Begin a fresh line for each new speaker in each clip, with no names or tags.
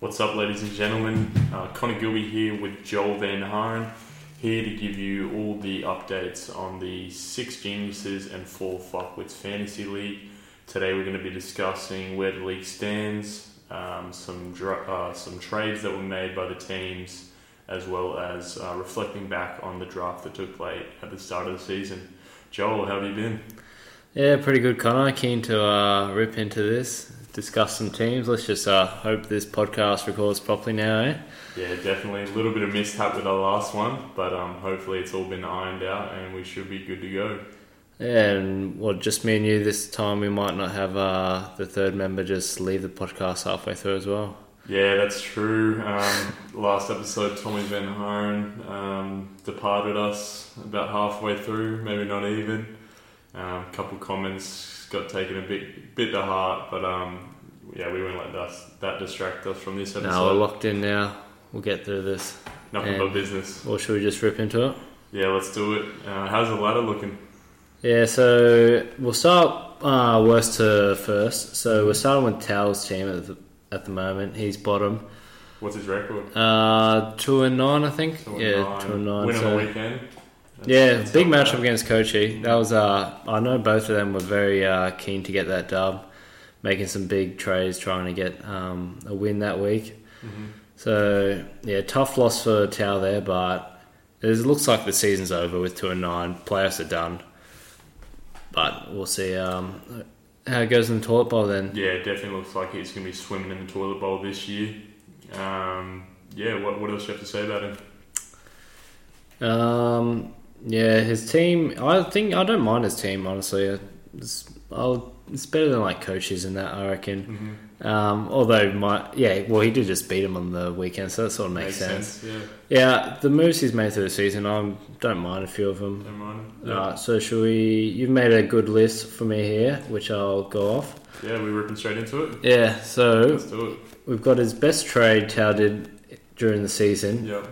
What's up, ladies and gentlemen? Uh, Connor Gilby here with Joel Van Haren, here to give you all the updates on the Six Geniuses and Four Fuckwits Fantasy League. Today we're going to be discussing where the league stands, um, some dra- uh, some trades that were made by the teams, as well as uh, reflecting back on the draft that took place at the start of the season. Joel, how have you been?
Yeah, pretty good, Connor. Keen to uh, rip into this, discuss some teams. Let's just uh, hope this podcast records properly now, eh?
Yeah, definitely. A little bit of mishap with our last one, but um, hopefully it's all been ironed out and we should be good to go.
Yeah, and well, just me and you this time, we might not have uh, the third member just leave the podcast halfway through as well.
Yeah, that's true. Um, last episode, Tommy Van Haren um, departed us about halfway through, maybe not even. A couple comments got taken a bit bit to heart, but um, yeah, we won't let that, that distract us from this
Now we're
episode.
locked in now. We'll get through this.
Nothing but
and-
business.
Or should we just rip into it?
Yeah, let's do it. Uh, how's the ladder looking?
Yeah, so we'll start uh, worst to first. So we're starting with Tao's team at the, at the moment. He's bottom.
What's his record?
Uh, two and nine, I think.
Two and
yeah,
nine.
two and nine.
Win
so-
on the weekend. That's-
Yeah,
that's
big
not bad.
matchup against Kochi. That was uh, I know both of them were very uh, keen to get that dub, making some big trades trying to get um, a win that week.
Mm-hmm.
So yeah, tough loss for Tau there, but it looks like the season's over with two and nine. Playoffs are done, but we'll see um, how it goes in the toilet bowl then.
Yeah, it definitely looks like he's going to be swimming in the toilet bowl this year. Um, yeah, what, what else do you have to say about him?
Um, yeah, his team. I think I don't mind his team honestly. It's, I'll, it's better than like coaches and that I reckon. Um, although my yeah, well he did just beat him on the weekend, so that sort of makes, sense.
Yeah,
Yeah, the moves he's made through the season, I don't mind a few of them.
don't mind him. Yeah.
Alright, so should we? You've made a good list for me here, which I'll go off.
yeah, we're ripping straight into it.
Yeah, so
Let's do it.
we've got his best trade Tao did during the season.
Yeah.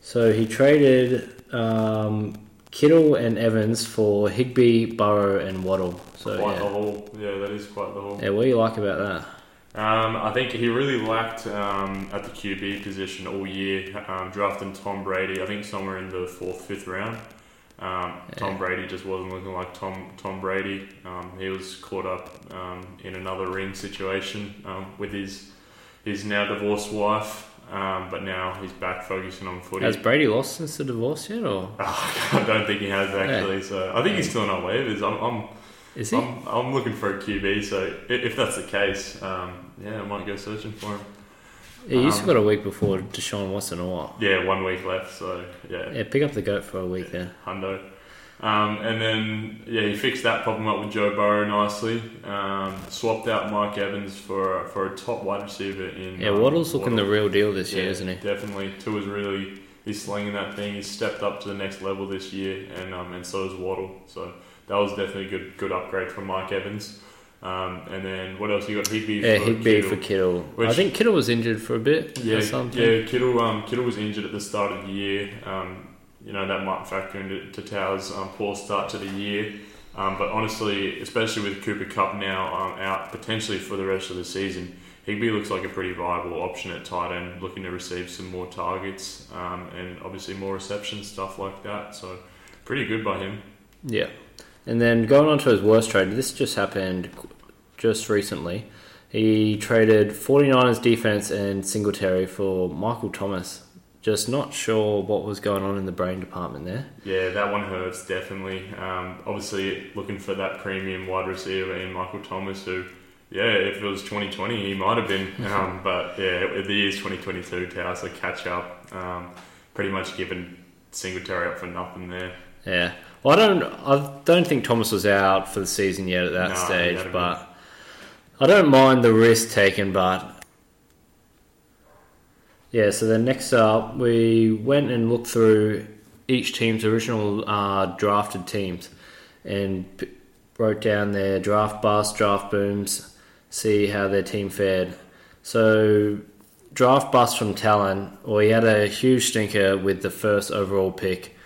So he traded um, Kittle and Evans for Higby, Burrow, and Waddle. So
quite the
yeah.
haul. Yeah, that is quite the haul.
yeah, what do you like about that?
Um, I think he really lacked um, at the QB position all year, um, drafting Tom Brady, I think somewhere in the fourth, fifth round. Um, Tom Brady just wasn't looking like Tom Tom Brady. Um, he was caught up um, in another ring situation um, with his his now divorced wife, um, but now he's back focusing on footy.
Has Brady lost since the divorce yet, or
I don't think he has actually. So I think he's still on waivers. I'm I'm,
is he?
I'm I'm looking for a QB. So i- if that's the case, um, yeah, I might go searching for him.
he used
um,
to got a week before Deshaun Watson or what?
Yeah, one week left, so yeah,
Yeah, pick up the goat for a week there.
hundo. Um, and then yeah, he fixed that problem up with Joe Burrow nicely. Um, swapped out Mike Evans for for a top wide receiver in.
Yeah,
um,
Waddle's looking the
Waddle.
real deal this year,
Yeah,
isn't he?
Definitely, Tua's really he's slinging that thing. He's stepped up to the next level this year, and um, and so is Waddle. So that was definitely a good good upgrade from Mike Evans. Um, and then what else you got? Higby.
Yeah,
for
Higby
Kittle.
for Kittle. I
Which-
think Kittle was injured for a bit
Yeah,
or something.
yeah. Kittle, um, Kittle was injured at the start of the year. Um, you know that might factor into to Towers' um, poor start to the year. Um, but honestly, especially with Cooper Cup now um, out potentially for the rest of the season, Higby looks like a pretty viable option at tight end, looking to receive some more targets um, and obviously more reception stuff like that. So pretty good by him.
Yeah. And then going on to his worst trade, this just happened qu- just recently. He traded 49ers defense and Singletary for Michael Thomas. Just not sure what was going on in the brain department there.
Yeah, that one hurts definitely. Um, obviously, looking for that premium wide receiver in Michael Thomas, who, yeah, if it was 2020, he might have been. Um, but yeah, the year's 2022, Towers a catch up. Um, pretty much giving Singletary up for nothing there.
Yeah. Well, I don't I don't think Thomas was out for the season yet at that
No, he
stage,
hadn't
but I don't mind the risk taken, but yeah, so then next up, we went and looked through each team's original uh, drafted teams and p- wrote down their draft busts, draft booms, see how their team fared. So, draft bust from Talon, or he had a huge stinker with the first overall pick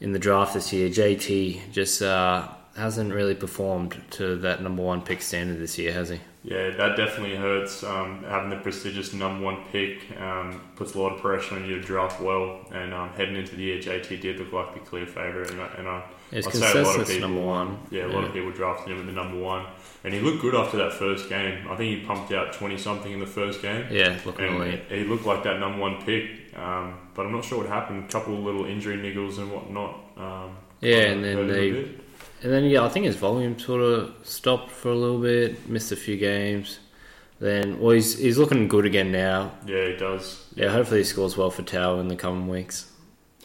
in the draft this year. JT just uh, hasn't really performed to that number one pick standard this year, has he?
Yeah, that definitely hurts. Um, having the prestigious number one pick um, puts a lot of pressure on you to draft well, and um, heading into the year, JT did look like the clear favourite, and, I- and I,
It's
I'll say a lot of
consensus
people.
number one.
yeah, a lot of people drafted him at the number one, and he looked good after that first game. I think he pumped out twenty something in the first game,
Yeah, looking
and
elite.
he looked like that number one pick. Um, but I'm not sure what happened. A couple of little injury niggles and whatnot. Um,
Yeah,
hurt
and then
him a
they
bit.
And then yeah, I think his volume sort of stopped for a little bit, missed a few games. Then well, he's he's looking good again now.
yeah, it does.
Yeah, hopefully he scores well for Tao in the coming weeks.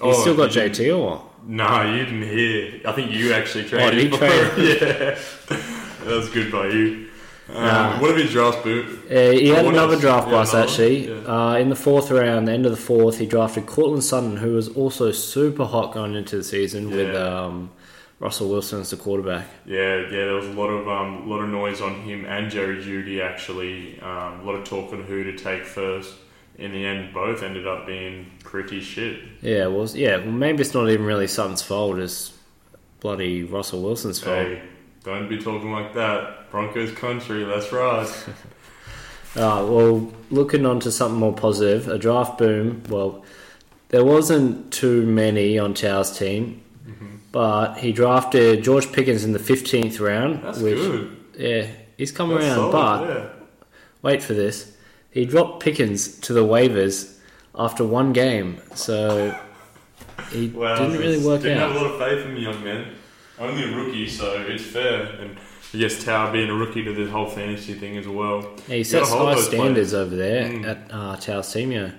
He's still got
Oh, you-
JT or
Oh,
what?
No, you didn't hear. I think you actually
Oh,
traded.
did he
for him.
trade?
yeah, that was good by you. Um,
Nah.
What if his draft boot?
Uh, he had
What
another
else?
draft
Yeah,
bust
another one?
actually.
Yeah.
Uh, in the fourth round, the end of the fourth, he drafted Cortland Sutton, who was also super hot going into the season with
Yeah.
um, Russell Wilson as the quarterback.
Yeah, yeah. There was a lot of um, lot of noise on him and Jerry Judy actually. Um, a lot of talk on who to take first. In the end, both ended up being pretty shit.
Yeah, it was yeah. Well, maybe it's not even really Sutton's fault; it's bloody Russell Wilson's fault.
Hey, don't be talking like that. Broncos country, that's right.
Uh, well, looking on to something more positive, a draft boom. Well, there wasn't too many on Chow's team, but he drafted George Pickens in the 15th round.
That's
which,
good.
Yeah, he's come
That's solid,
around, but
yeah.
wait for this. He dropped Pickens to the waivers after one game, so he
Well,
didn't really work
didn't
out.
have a lot of faith in the young man. Only a rookie, so it's fair. And I guess Tower being a rookie to the whole fantasy thing as well.
Yeah, he
You gotta
sets
hold
high
those
standards over there
Mm.
at uh, Taos Senior.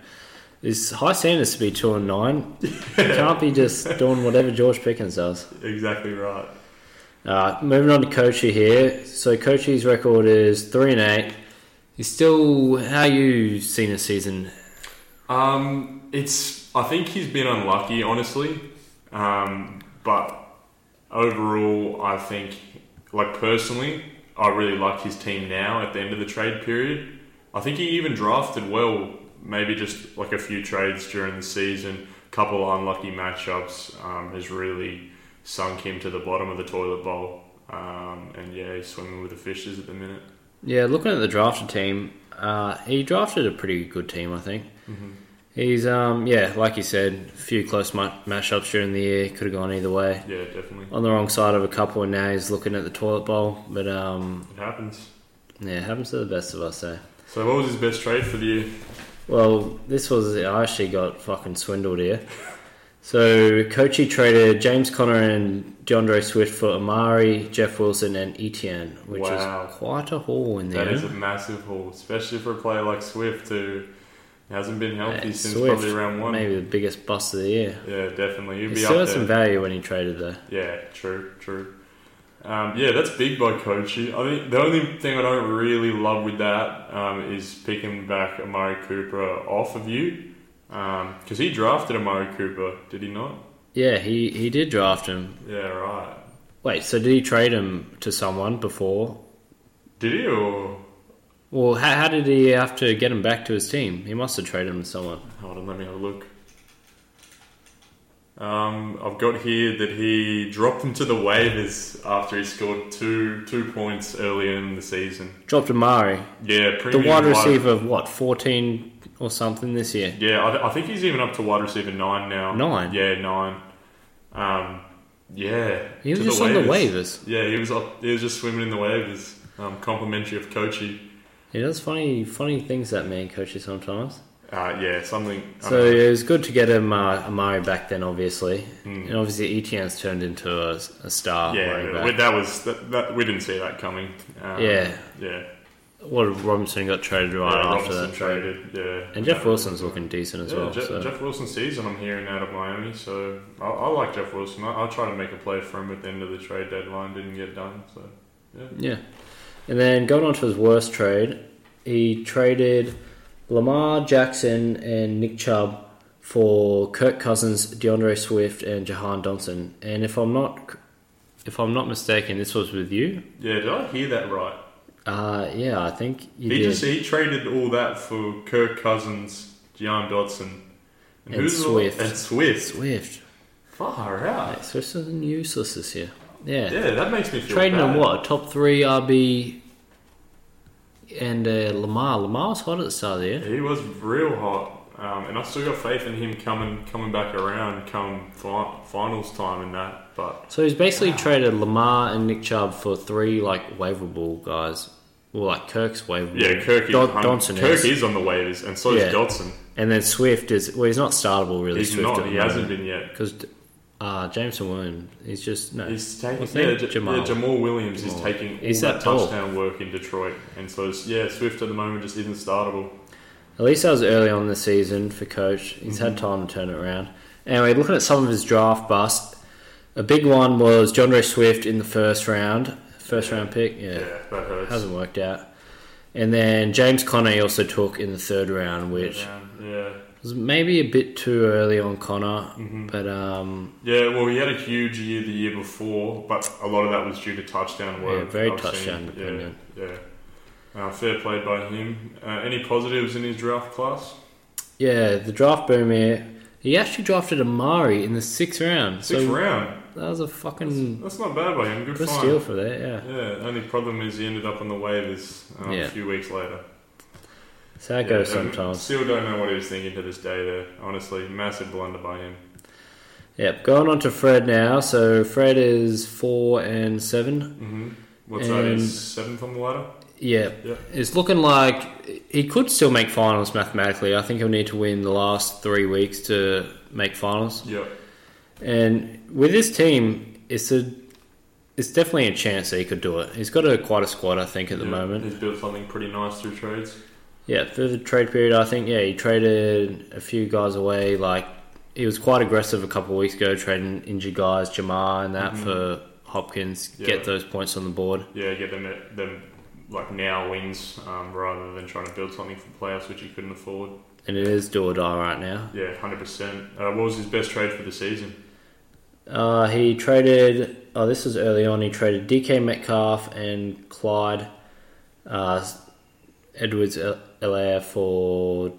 His high standards to be two and nine. Can't be just doing whatever George Pickens does.
Exactly right.
Uh, moving on to Kochi here. So Kochi's record is three and eight. He's still how you seen his season?
Um, it's. I think he's been unlucky, honestly. Um, but overall, I think, like personally, I really like his team now at the end of the trade period. I think he even drafted well, maybe just like a few trades during the season, couple of unlucky matchups um, has really sunk him to the bottom of the toilet bowl. Um, and yeah, he's swimming with the fishes at the minute.
Yeah, looking at the drafted team, uh, he drafted a pretty good team, I think.
Mm-hmm.
He's um yeah, like you said, a few close mu- matchups during the year could have gone either way.
Yeah, definitely.
On the wrong side of a couple, and now he's looking at the toilet bowl. But um,
It happens.
yeah, it happens to the best of us, though.
So, what was his best trade for the year?
Well, this was I actually got fucking swindled here. So Kochi traded James Connor and DeAndre Swift for Amari, Jeff Wilson, and Etienne, which
Wow.
is quite a haul in there.
That is a massive haul, especially for a player like Swift who hasn't been healthy
Yeah,
since
Swift,
probably round one.
Maybe the biggest bust of the year.
Yeah, definitely. He'd
He
be
still
up
had
there.
some value when he traded though.
yeah, true, true. Um, yeah, that's big by Kochi. I think the only thing I don't really love with that um, is picking back Amari Cooper off of you because he drafted Amari Cooper, did he not?
Yeah, he, he did draft him.
Yeah, right.
Wait, so did he trade him to someone before?
Did he or
Well, how, how did he have to get him back to his team? He must have traded him to someone.
Hold on, let me have a look. Um, I've got here that he dropped him to the waivers after he scored two two points earlier in the season.
Dropped Amari,
Yeah,
the
premium
wide receiver of what fourteen or something this year.
Yeah, I, I think he's even up to wide receiver nine now.
Nine?
Yeah, nine. Um, yeah,
He was
to
just on the waivers.
Yeah, he was up, he was just swimming in the waivers. Um, complimentary of Kochi.
He does funny, funny things that man coaches sometimes.
Uh, yeah, something. I
So
don't know.
it was good to get him uh, Amari back then, obviously,
Hmm.
and obviously Etienne's turned into a, a star. running
yeah,
back.
we- that was that, that. We didn't see that coming. Um,
Yeah.
yeah.
what if Robinson got traded right
Yeah,
after
Robinson
that trade,
traded. Yeah,
and Jeff
Yeah.
Wilson's looking decent as
Yeah,
well.
Jeff,
so.
Jeff Wilson season I'm hearing out of Miami, so I, I like Jeff Wilson. I, I'll try to make a play for him at the end of the trade deadline. Didn't get done, so
Yeah. And then going on to his worst trade, he traded Lamar Jackson and Nick Chubb for Kirk Cousins, DeAndre Swift, and Jahan Johnson. And if I'm not if I'm not mistaken, this was with you.
yeah. Did I hear that right?
Uh, yeah, I think you
he
did.
just he traded all that for Kirk Cousins, Gian Dodson,
And
who's the-
Swift.
and Swift.
Swift.
Far out.
Mate, Swift's been useless this year. Yeah.
Yeah, that makes me feel
Trading
bad.
him what? A top three RB and uh, Lamar. Lamar was hot at the start of the year.
He was real hot, um, and I still got faith in him coming coming back around come fi- finals time and that. But
So he's basically traded Lamar and Nick Chubb for three like waivable guys. Well, like Kirk's waivable.
yeah, Kirk is,
Don-
hun-
Donson
Kirk
is.
is. on the waivers, and so
Yeah.
is Dodson.
and then Swift is. Well, he's not startable really.
He's
Swift
not. He hasn't been yet.
because uh, Jameson Williams. He's just no.
He's taking
What's his
yeah,
name?
Ja-
Jamal.
yeah, Jamal Williams is
Jamal.
taking all
He's
that
that tall.
touchdown work in Detroit, and so it's, yeah, Swift at the moment just isn't startable.
At least that was early on in the season for Coach. He's
Mhm.
had time to turn it around. Anyway, looking at some of his draft busts, a big one was John Swift in the first round. First round pick,
Yeah,
yeah.
that hurts.
Hasn't worked out. And then James Conner he also took in the third round, which
yeah.
was maybe a bit too early on Connor,
Mm-hmm.
but um,
Yeah, well, he had a huge year the year before, but a lot of that was due to touchdown work.
Yeah, very
I've seen.
touchdown dependent.
Yeah, yeah. Uh, fair play by him. Uh, any positives in his draft class?
yeah, the draft boom here. He actually drafted Amari in the sixth round,
Sixth
so
round.
that was a fucking
That's not bad by him. Good
good
find.
steal for that. Yeah,
Yeah. Only problem is he ended up on the waivers um,
Yeah.
a few weeks later.
so that
Yeah,
goes
and
sometimes.
Still don't know what he was thinking to this day. There, honestly, massive blunder by him.
Yep, going on to Fred now. So Fred is four and seven.
hmm What's that?
And-
He's seventh on the ladder.
Yeah,
Yep.
it's looking like he could still make finals mathematically. I think he'll need to win the last three weeks to make finals.
Yep.
And with this team, it's a it's definitely a chance that he could do it. He's got a quite a squad, I think, at the
Yeah,
moment.
he's built something pretty nice through trades.
Yeah, through the trade period, I think yeah, he traded a few guys away. Like he was quite aggressive a couple of weeks ago, trading injured guys, Jamar and that for Hopkins,
Mm-hmm. Yeah.
get those points on the board.
yeah, get them them like now wins um, rather than trying to build something for playoffs which he couldn't afford.
And it is do or die right now.
Yeah, hundred percent. Uh, what was his best trade for the season?
Uh, he traded. Oh, this was early on. He traded DK Metcalf and Clyde uh, Edwards Elair for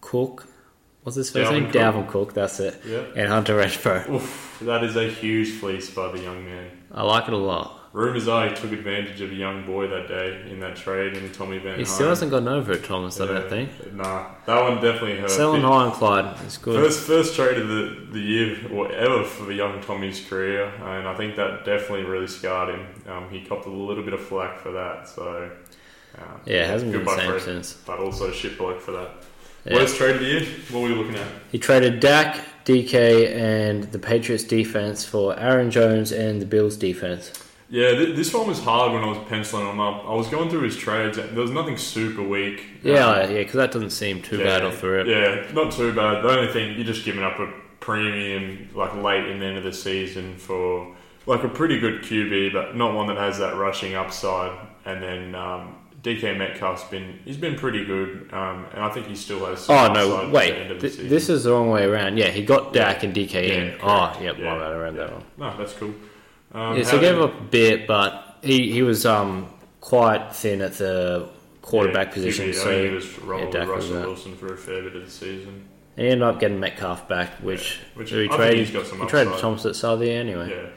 Cook. What's his first
Dalvin
name?
Cook.
Dalvin Cook. That's it.
Yeah,
And Hunter Renfro.
oof, that is a huge fleece by the young man.
I like it a lot.
Rumors are he took advantage of a young boy that day in that trade, and Tommy Van.
He
Hine.
still hasn't gotten over it, Thomas. I
Yeah,
don't think.
Nah, that one definitely hurt.
Selling
It-
high on Clyde is good.
First, first trade of the, the year or ever for the young Tommy's career, and I think that definitely really scarred him. Um, he copped a little bit of flack for that, so um,
Yeah, it hasn't been the
goodbye,
same
Fred.
since.
But also shit bloke for that.
Yeah.
Worst trade of the year? What were we looking at?
He traded Dak, DK, and the Patriots defense for Aaron Jones and the Bills defense.
Yeah, th- this one was hard when I was penciling them up. I was going through his trades. There was nothing super weak.
Yeah,
Um,
yeah, because that doesn't seem too bad off the rip.
Yeah, not too bad. The only thing you're just giving up a premium like late in the end of the season for like a pretty good QB, but not one that has that rushing upside. And then um, DK Metcalf's been he's been pretty good, um, and I think he still has. some
Oh
upside
no!
at the end
Wait,
of the
Th-
season.
this is the wrong way around. Yeah, he got Dak and DK
Yeah,
in.
correct.
Oh, yep,
Yeah,
my bad, I read that one.
no, that's cool. Um,
yeah, so
how
he gave
did-
up a bit, but he, he was um quite thin at the quarterback
yeah,
position.
QB, I
So
mean, he
he
was rolling
Dak
with
was
Russell
out.
Wilson for a fair bit of the season.
ended up getting Metcalf back, which,
which I
he
think
traded.
he's got some
he traded
upside.
Thomas at Southie anyway.
Yeah.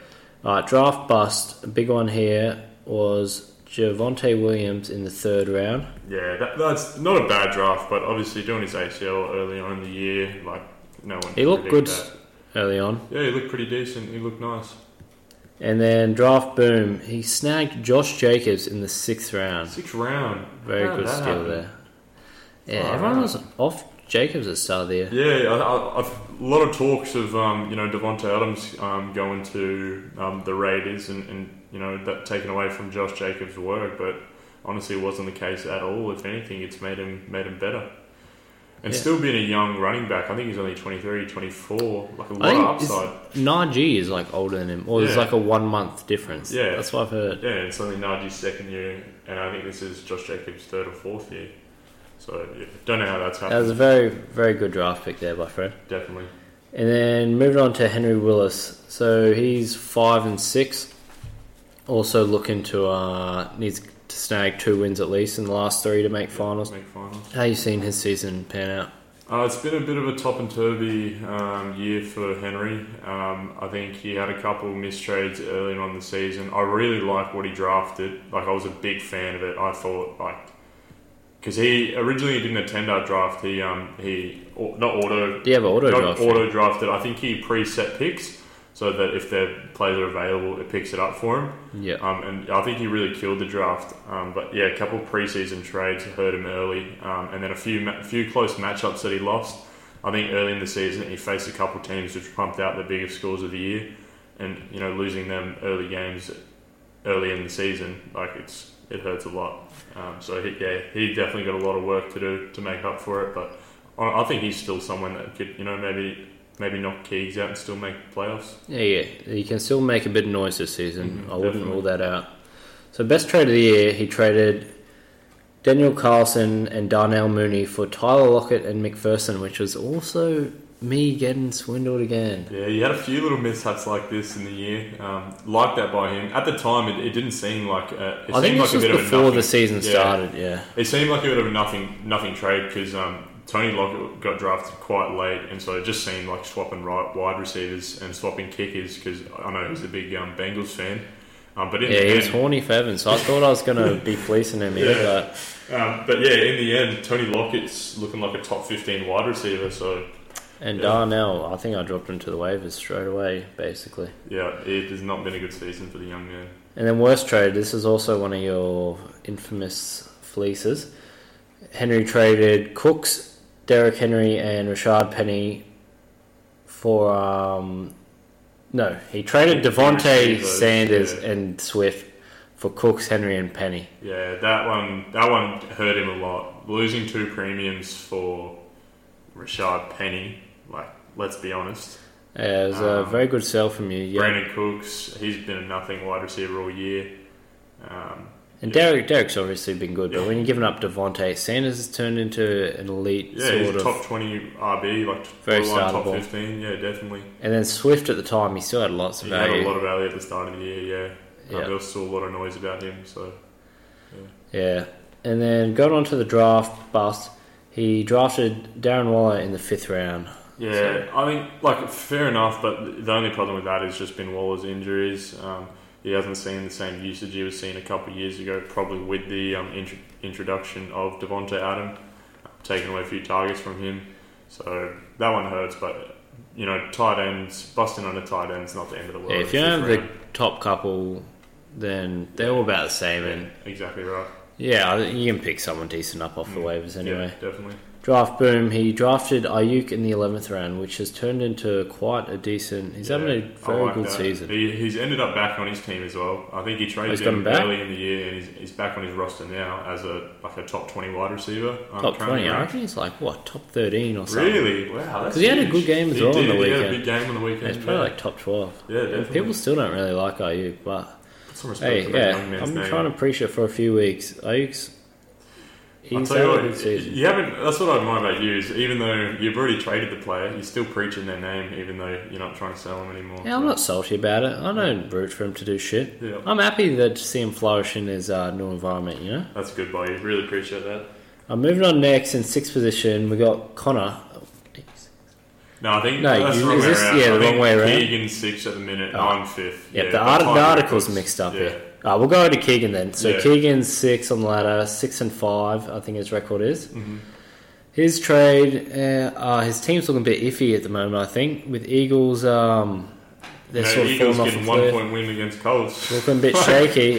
All right, draft bust. A big one here was Javante Williams in the third round.
Yeah, that, that's not a bad draft, but obviously doing his ACL early on in the year, like no one.
He looked
predicted
good
that.
early on.
Yeah, he looked pretty decent. He looked nice.
And then draft boom, he snagged Josh Jacobs in the sixth round.
Sixth round.
Very
How'd
good
that
steal
happen?
there. Yeah,
Far
everyone
out.
was off Jacobs at the start of the year.
Yeah, I, I, I've, a lot of talks of um, you know Devonte Adams um, going to um, the Raiders and, and you know that taken away from Josh Jacobs' work, but honestly, it wasn't the case at all. If anything, it's made him made him better. And
Yeah.
still being a young running back, I think he's only 23, 24, like a lot
I
of
think
upside.
it's- Najee is like older than him, or there's
Yeah.
like a one month difference.
Yeah.
that's what I've heard.
Yeah, it's only Najee's second year, and I think this is Josh Jacobs' third or fourth year. So yeah, don't know how that's
That
happened.
was a very, very good draft pick there by Fred.
Definitely.
And then moving on to Henry Willis. So he's five and six. Also looking to uh, needs to snag two wins at least in the last three to make finals.
Make finals.
How you seen his season pan out?
Uh, it's been a bit of a top and turvy um, year for Henry. Um, I think he had a couple of missed trades early on in the season. I really like what he drafted. Like I was a big fan of it. I thought like because he originally didn't attend our draft. He um he au- not auto
Do you have auto
not
draft?
auto drafted. I think he preset picks so that if their players are available, it picks it up for him.
Yeah.
Um, and I think he really killed the draft. Um, but yeah, a couple preseason trades hurt him early, um, and then a few ma- few close matchups that he lost. I think early in the season he faced a couple teams which pumped out the biggest scores of the year, and you know losing them early games, early in the season, like it's it hurts a lot. Um, so he, yeah, he definitely got a lot of work to do to make up for it. But I, I think he's still someone that could you know maybe maybe knock Keegs out and still make the playoffs.
Yeah, yeah. He can still make a bit of noise this season.
Mhm,
I wouldn't
definitely.
rule that out. So, best trade of the year, he traded Daniel Carlson and Darnell Mooney for Tyler Lockett and McPherson, which was also me getting swindled again.
Yeah, he had a few little mishaps like this in the year. Um, like that by him. At the time, it, it didn't seem like a, it
I
seemed
think this
like a
was
bit of a
before
nothing-
the season
yeah.
started. Yeah,
It seemed like a bit of a nothing nothing trade because um, Tony Lockett got drafted quite late, and so it just seemed like swapping right wide receivers and swapping kickers because I know he's a big um, Bengals fan. Um, but in
yeah.
the
He
end,
was horny for Evans, so I thought I was gonna be fleecing him here,
Yeah.
but
um, but yeah, in the end, Tony Lockett's looking like a top fifteen wide receiver. So
and
Yeah.
Darnell, I think I dropped him to the waivers straight away, basically.
yeah, it has not been a good season for the young man.
And then worst trade. This is also one of your infamous fleeces. Henry traded Cooks, Derek Henry, and Rashad Penny for um, no. He traded
He
Devonte
received those,
Sanders
yeah.
and Swift for Cooks, Henry, and Penny.
Yeah, that one that one hurt him a lot. Losing two premiums for Rashad Penny, like let's be honest.
Uh, it was a
Um,
very good sell from you. Yeah.
Brandon Cooks, he's been a nothing wide receiver all year. Um,
and
yeah.
Derek Derek's obviously been good, but
Yeah.
when you're giving up Devonte Sanders, has turned into an elite
yeah,
sort
he's
of.
top twenty RB, like
Very
borderline top
startable.
fifteen. Yeah, definitely.
And then Swift at the time, he still had lots of
He
value.
had a lot of value at the start of the year. Yeah,
Yeah.
Um, there was still a lot of noise about him. So
Yeah. And then going on to the draft bust, he drafted Darren Waller in the fifth round.
yeah,
So-
I mean, like fair enough, but the only problem with that has just been Waller's injuries. Um, he hasn't seen the same usage he was seeing a couple of years ago, probably with the um, intro introduction of Devonte Adam, taking away a few targets from him. So that one hurts, but you know, tight ends busting on a tight end's not the end of the world.
yeah, if you
It's
have
just
the
round.
top couple, then they're all about the same. And
yeah, exactly right.
yeah, I think you can pick someone decent up off the waivers anyway.
Mm. yeah, definitely.
Draft boom. He drafted Ayuk in the eleventh round, which has turned into quite a decent. He's having
Yeah,
a
I
very
like
good
that.
season.
He, he's ended up back on his team as well. I think he traded
He's got him
him
back?
early in the year, and he's, he's back on his roster now as a like a top twenty wide receiver. um,
Top
currently
twenty, I
ranked.
reckon he's like what top thirteen or something.
Really? Wow.
'Cause he had a good game as well on
He did.
the
He had a
weekend.
big game on the weekend.
Yeah, it's probably like top twelve.
Yeah, definitely.
People still don't really like Ayuk, but
Put some respect
Hey,
to that
yeah,
young man's
I've been
name.
trying to preach it for a few weeks. Ayuk's
I'll
he's
tell
had
you
a
what,
good season.
you haven't. That's what I admire about you is even though you've already traded the player, you're still preaching their name, even though you're not trying to sell them anymore.
Yeah, I'm not salty about it. I don't root for him to do shit.
Yeah.
I'm happy that to see him flourish in his uh, new environment. You know.
That's good by you. Really appreciate that.
I'm moving on next in sixth position. We got Connor.
No, I think
No,
that's
you-
the wrong
is
way
this-
around.
yeah, the
I
wrong
think
way around.
Keegan's six at the minute.
Oh.
I'm fifth.
Yeah, the,
but
art- the
Tyler
article's
Eccles-
mixed up
yeah.
here. Uh, we'll go to Keegan then. So
Yeah.
Keegan's six on the ladder, six and five. I think his record is.
Mhm.
His trade, uh, uh, his team's looking a bit iffy at the moment. I think with Eagles, um, they're
You know,
sort of
Eagles
falling off
getting
the
one
cliff.
point win against Colts.
Looking a bit shaky.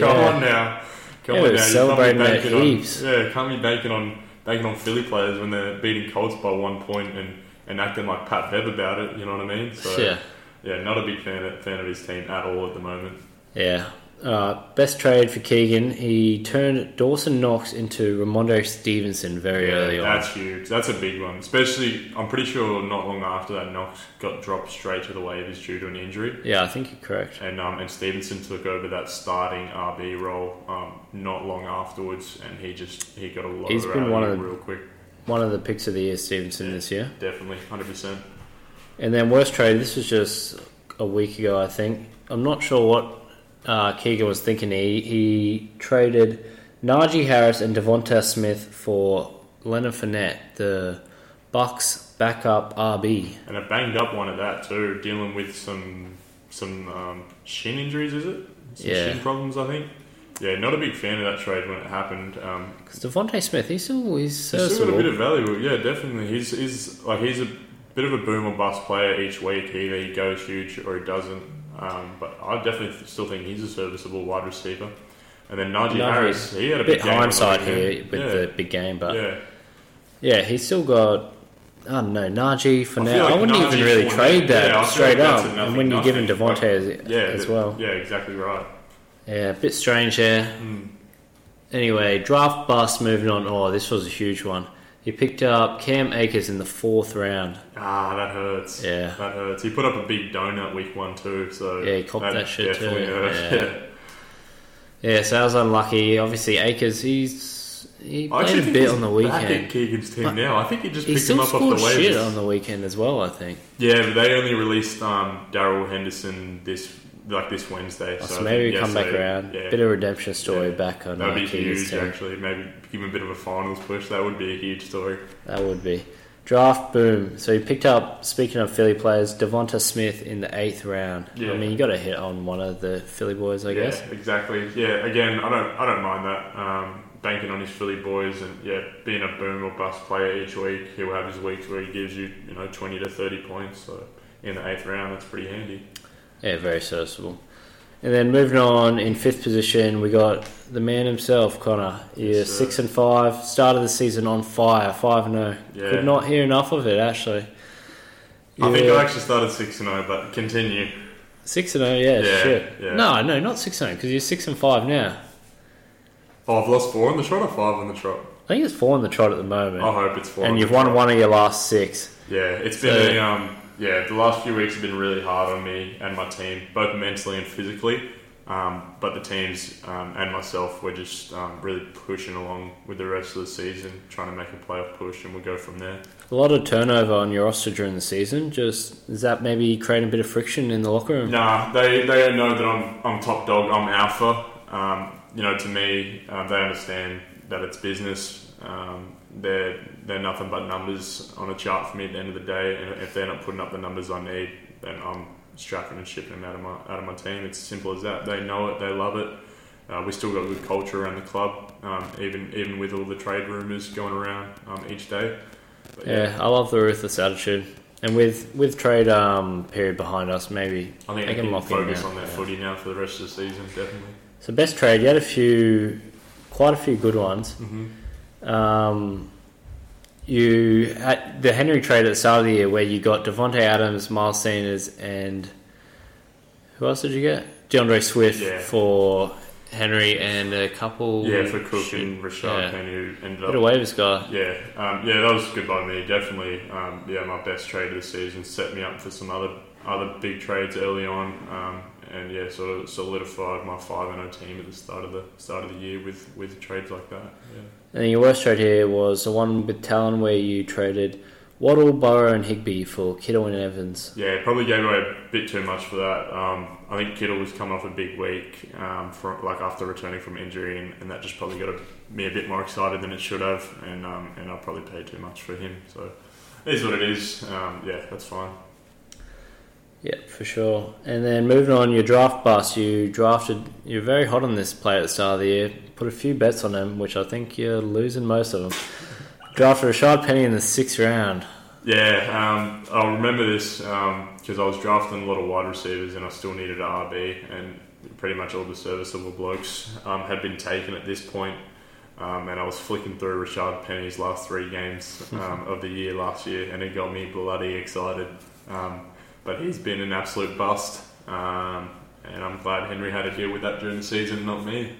Come
yeah.
on now. Come
Yeah,
on
they're
now.
celebrating
you
their
can't be banking on,
heaps.
Yeah, can't be banking on banking on Philly players when they're beating Colts by one point and, and acting like Pat Bev about it, you know what I mean? So
Yeah.
yeah, not a big fan of, fan of his team at all at the moment.
Yeah. Uh, best trade for Keegan. He turned Dawson Knox into Ramondo Stevenson very early on.
that's huge. That's a big one. Especially I'm pretty sure not long after that Knox got dropped straight to the waivers due to an injury.
Yeah, I think you're correct.
And um, and Stevenson took over that starting RB role um, not long afterwards, and he just he got a lot.
He's
of
been one
value
of-
real quick,
One of the picks of the year, Stevenson,
Yeah.
this year.
definitely hundred percent.
And then worst trade. This was just a week ago, I think. I'm not sure what uh, Keegan was thinking. He he traded Najee Harris and Devonta Smith for Leonard Fournette, the Bucks backup RB.
and a banged up one at that too, dealing with some some um, shin injuries. Is it? Some
Yeah.
Shin problems, I think. Yeah, not a big fan of that trade when it happened. Um,
Because Devontae Smith, he's still he's
He's still got a
serviceable.
bit of value. Yeah, definitely. He's he's like he's a bit of a boom or bust player each week. Either he goes huge or he doesn't. Um, but I definitely th- still think he's a serviceable wide receiver. And then Najee
Najee.
Harris, he had a
a bit
big game on the
hindsight
weekend.
here with
yeah.
the uh, big game, but yeah.
yeah.
he's still got. I don't know Najee for
I
now.
feel like
I wouldn't
Najee's
even really
one-
trade that
yeah, I feel
straight
like that's
up.
a
And when you give him
nothing-
Devontae as,
yeah,
as
the-
well,
Yeah, exactly right.
yeah, a bit strange there.
Hmm.
Anyway, draft bust. Moving on. Oh, this was a huge one. He picked up Cam Akers in the fourth round.
Ah, that hurts.
Yeah.
that hurts. He put up a big donut week one too. So
Yeah, he copped that shit
definitely
too.
hurt.
Yeah. Yeah, so I was unlucky. Obviously, Akers, he's he
I actually
played a
think
bit
he's
on the
Back at
weekend.
Keegan's team
But
now. I think he just
He
picked him
still
up off
scored
the
shit
waivers.
on the weekend as well. I think.
Yeah, but they only released um, Daryl Henderson this like this Wednesday.
Oh, So,
I
maybe
think
we come back
yesterday-
around.
Yeah,
Bit of redemption story
Yeah.
back on
that'd
uh,
be
Keegan's
huge.
team.
Actually, maybe give him a bit of a finals push. That would be a huge story.
That would be draft boom. So he picked up. Speaking of Philly players, Devonta Smith in the eighth round.
Yeah.
I mean, you got to hit on one of the Philly boys, I
yeah,
guess.
exactly. Yeah, again, I don't I don't mind that. Um, banking on his Philly boys and yeah, being a boom or bust player each week. He'll have his weeks where he gives you you know twenty to thirty points. So in the eighth round, that's pretty handy.
Yeah, very serviceable. And then moving on in fifth position, we got the man himself, Connor. Yeah,
Yes, sir.
six and five. Started the season on fire, five and zero.
Yeah.
Could not hear enough of it actually.
I think
Yeah.
I actually started six and zero, but continue.
six and zero. Yeah,
Yeah,
shit.
yeah.
No, no, not six and zero because you're six and five now.
Oh, I've lost four on the trot or five on the trot.
I think it's four on the trot at the moment,
I hope it's four. on
and
the
you've won
trot.
one of your last six.
Yeah, it's
So-
been a, um, yeah. The last few weeks have been really hard on me and my team, both mentally and physically. Um, but the teams um, and myself, we're just um, really pushing along with the rest of the season, trying to make a playoff push, and we'll go from there.
A lot of turnover on your roster during the season. Just is that maybe creating a bit of friction in the locker room?
Nah, they they know that I'm I'm top dog. I'm alpha. Um, you know, to me, uh, they understand that it's business. Um, they're they're nothing but numbers on a chart for me at the end of the day. And if they're not putting up the numbers I need, then I'm strapping and shipping them out of my out of my team. It's simple as that. They know it. They love it. Uh, we still got good culture around the club, um, even even with all the trade rumors going around um, each day. But
Yeah, I love the ruthless attitude. And with with trade um, period behind us, maybe
I think
they
they
can
can
lock in
focus
now.
on their
Yeah.
footy now for the rest of the season. Definitely.
so best trade. You had a few, quite a few good ones.
Mm-hmm.
Um, you at the Henry trade at the start of the year where you got Devonte Adams, Miles Sanders, and who else did you get? DeAndre Swift
Yeah.
for Henry and a couple.
Yeah, for Cook
Shit.
and Rashad
Yeah.
Penny, who ended
Bit
up.
of waivers guy.
Yeah, um, yeah, that was good by me. Definitely, um, yeah, my best trade of the season set me up for some other other big trades early on, um, and yeah, sort of solidified my five and oh team at the start of the start of the year with with trades like that. Yeah.
And your worst trade here was the one with Talon where you traded Waddle, Burrow, and Higby for Kittle and Evans.
Yeah, probably gave away a bit too much for that. Um, I think Kittle was coming off a big week, um, from like after returning from injury, and, and that just probably got a, me a bit more excited than it should have, and um, and I probably paid too much for him. So, it is what it is. Um, yeah, that's fine.
Yeah, for sure. And then moving on, your draft bus. You drafted. You're very hot on this play at the start of the year. Put a few bets on him, which I think you're losing most of them. drafted Rashad Penny in the sixth round.
Yeah, um, I'll remember this because I was drafting a lot of wide receivers and I still needed an RB, and pretty much all the serviceable blokes um, had been taken at this point. Um, and I was flicking through Rashad Penny's last three games um, of the year last year, and it got me bloody excited. Um, but he's been an absolute bust, um, and I'm glad Henry had to deal with that during the season, not me.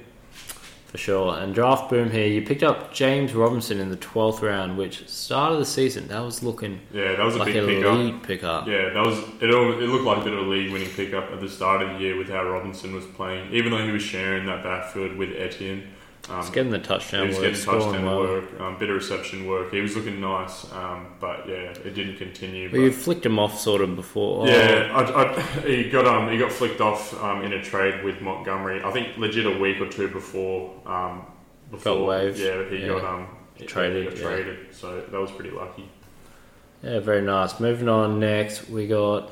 For sure. And draft boom here. You picked up James Robinson in the 12th round, which start of the season, that was looking
Yeah, that was a
like
big
a
pickup.
lead pickup.
Yeah, that was it. All, it looked like a bit of a league-winning pickup at the start of the year with how Robinson was playing, even though he was sharing that backfield with Etienne. Um,
He's getting the
he
touchdown
was
work,
getting
scoring
touchdown
well.
work, um, bit of reception work. He was looking nice, um, but yeah, it didn't continue.
Well, you
But,
flicked him off sort of before. Oh,
yeah, I, I, he got um, he got flicked off um, in a trade with Montgomery. I think legit a week or two before um, before
waived.
Yeah, he
Yeah.
got um he
Traded,
got
yeah.
traded. So that was pretty lucky.
Yeah, very nice. Moving on next, we got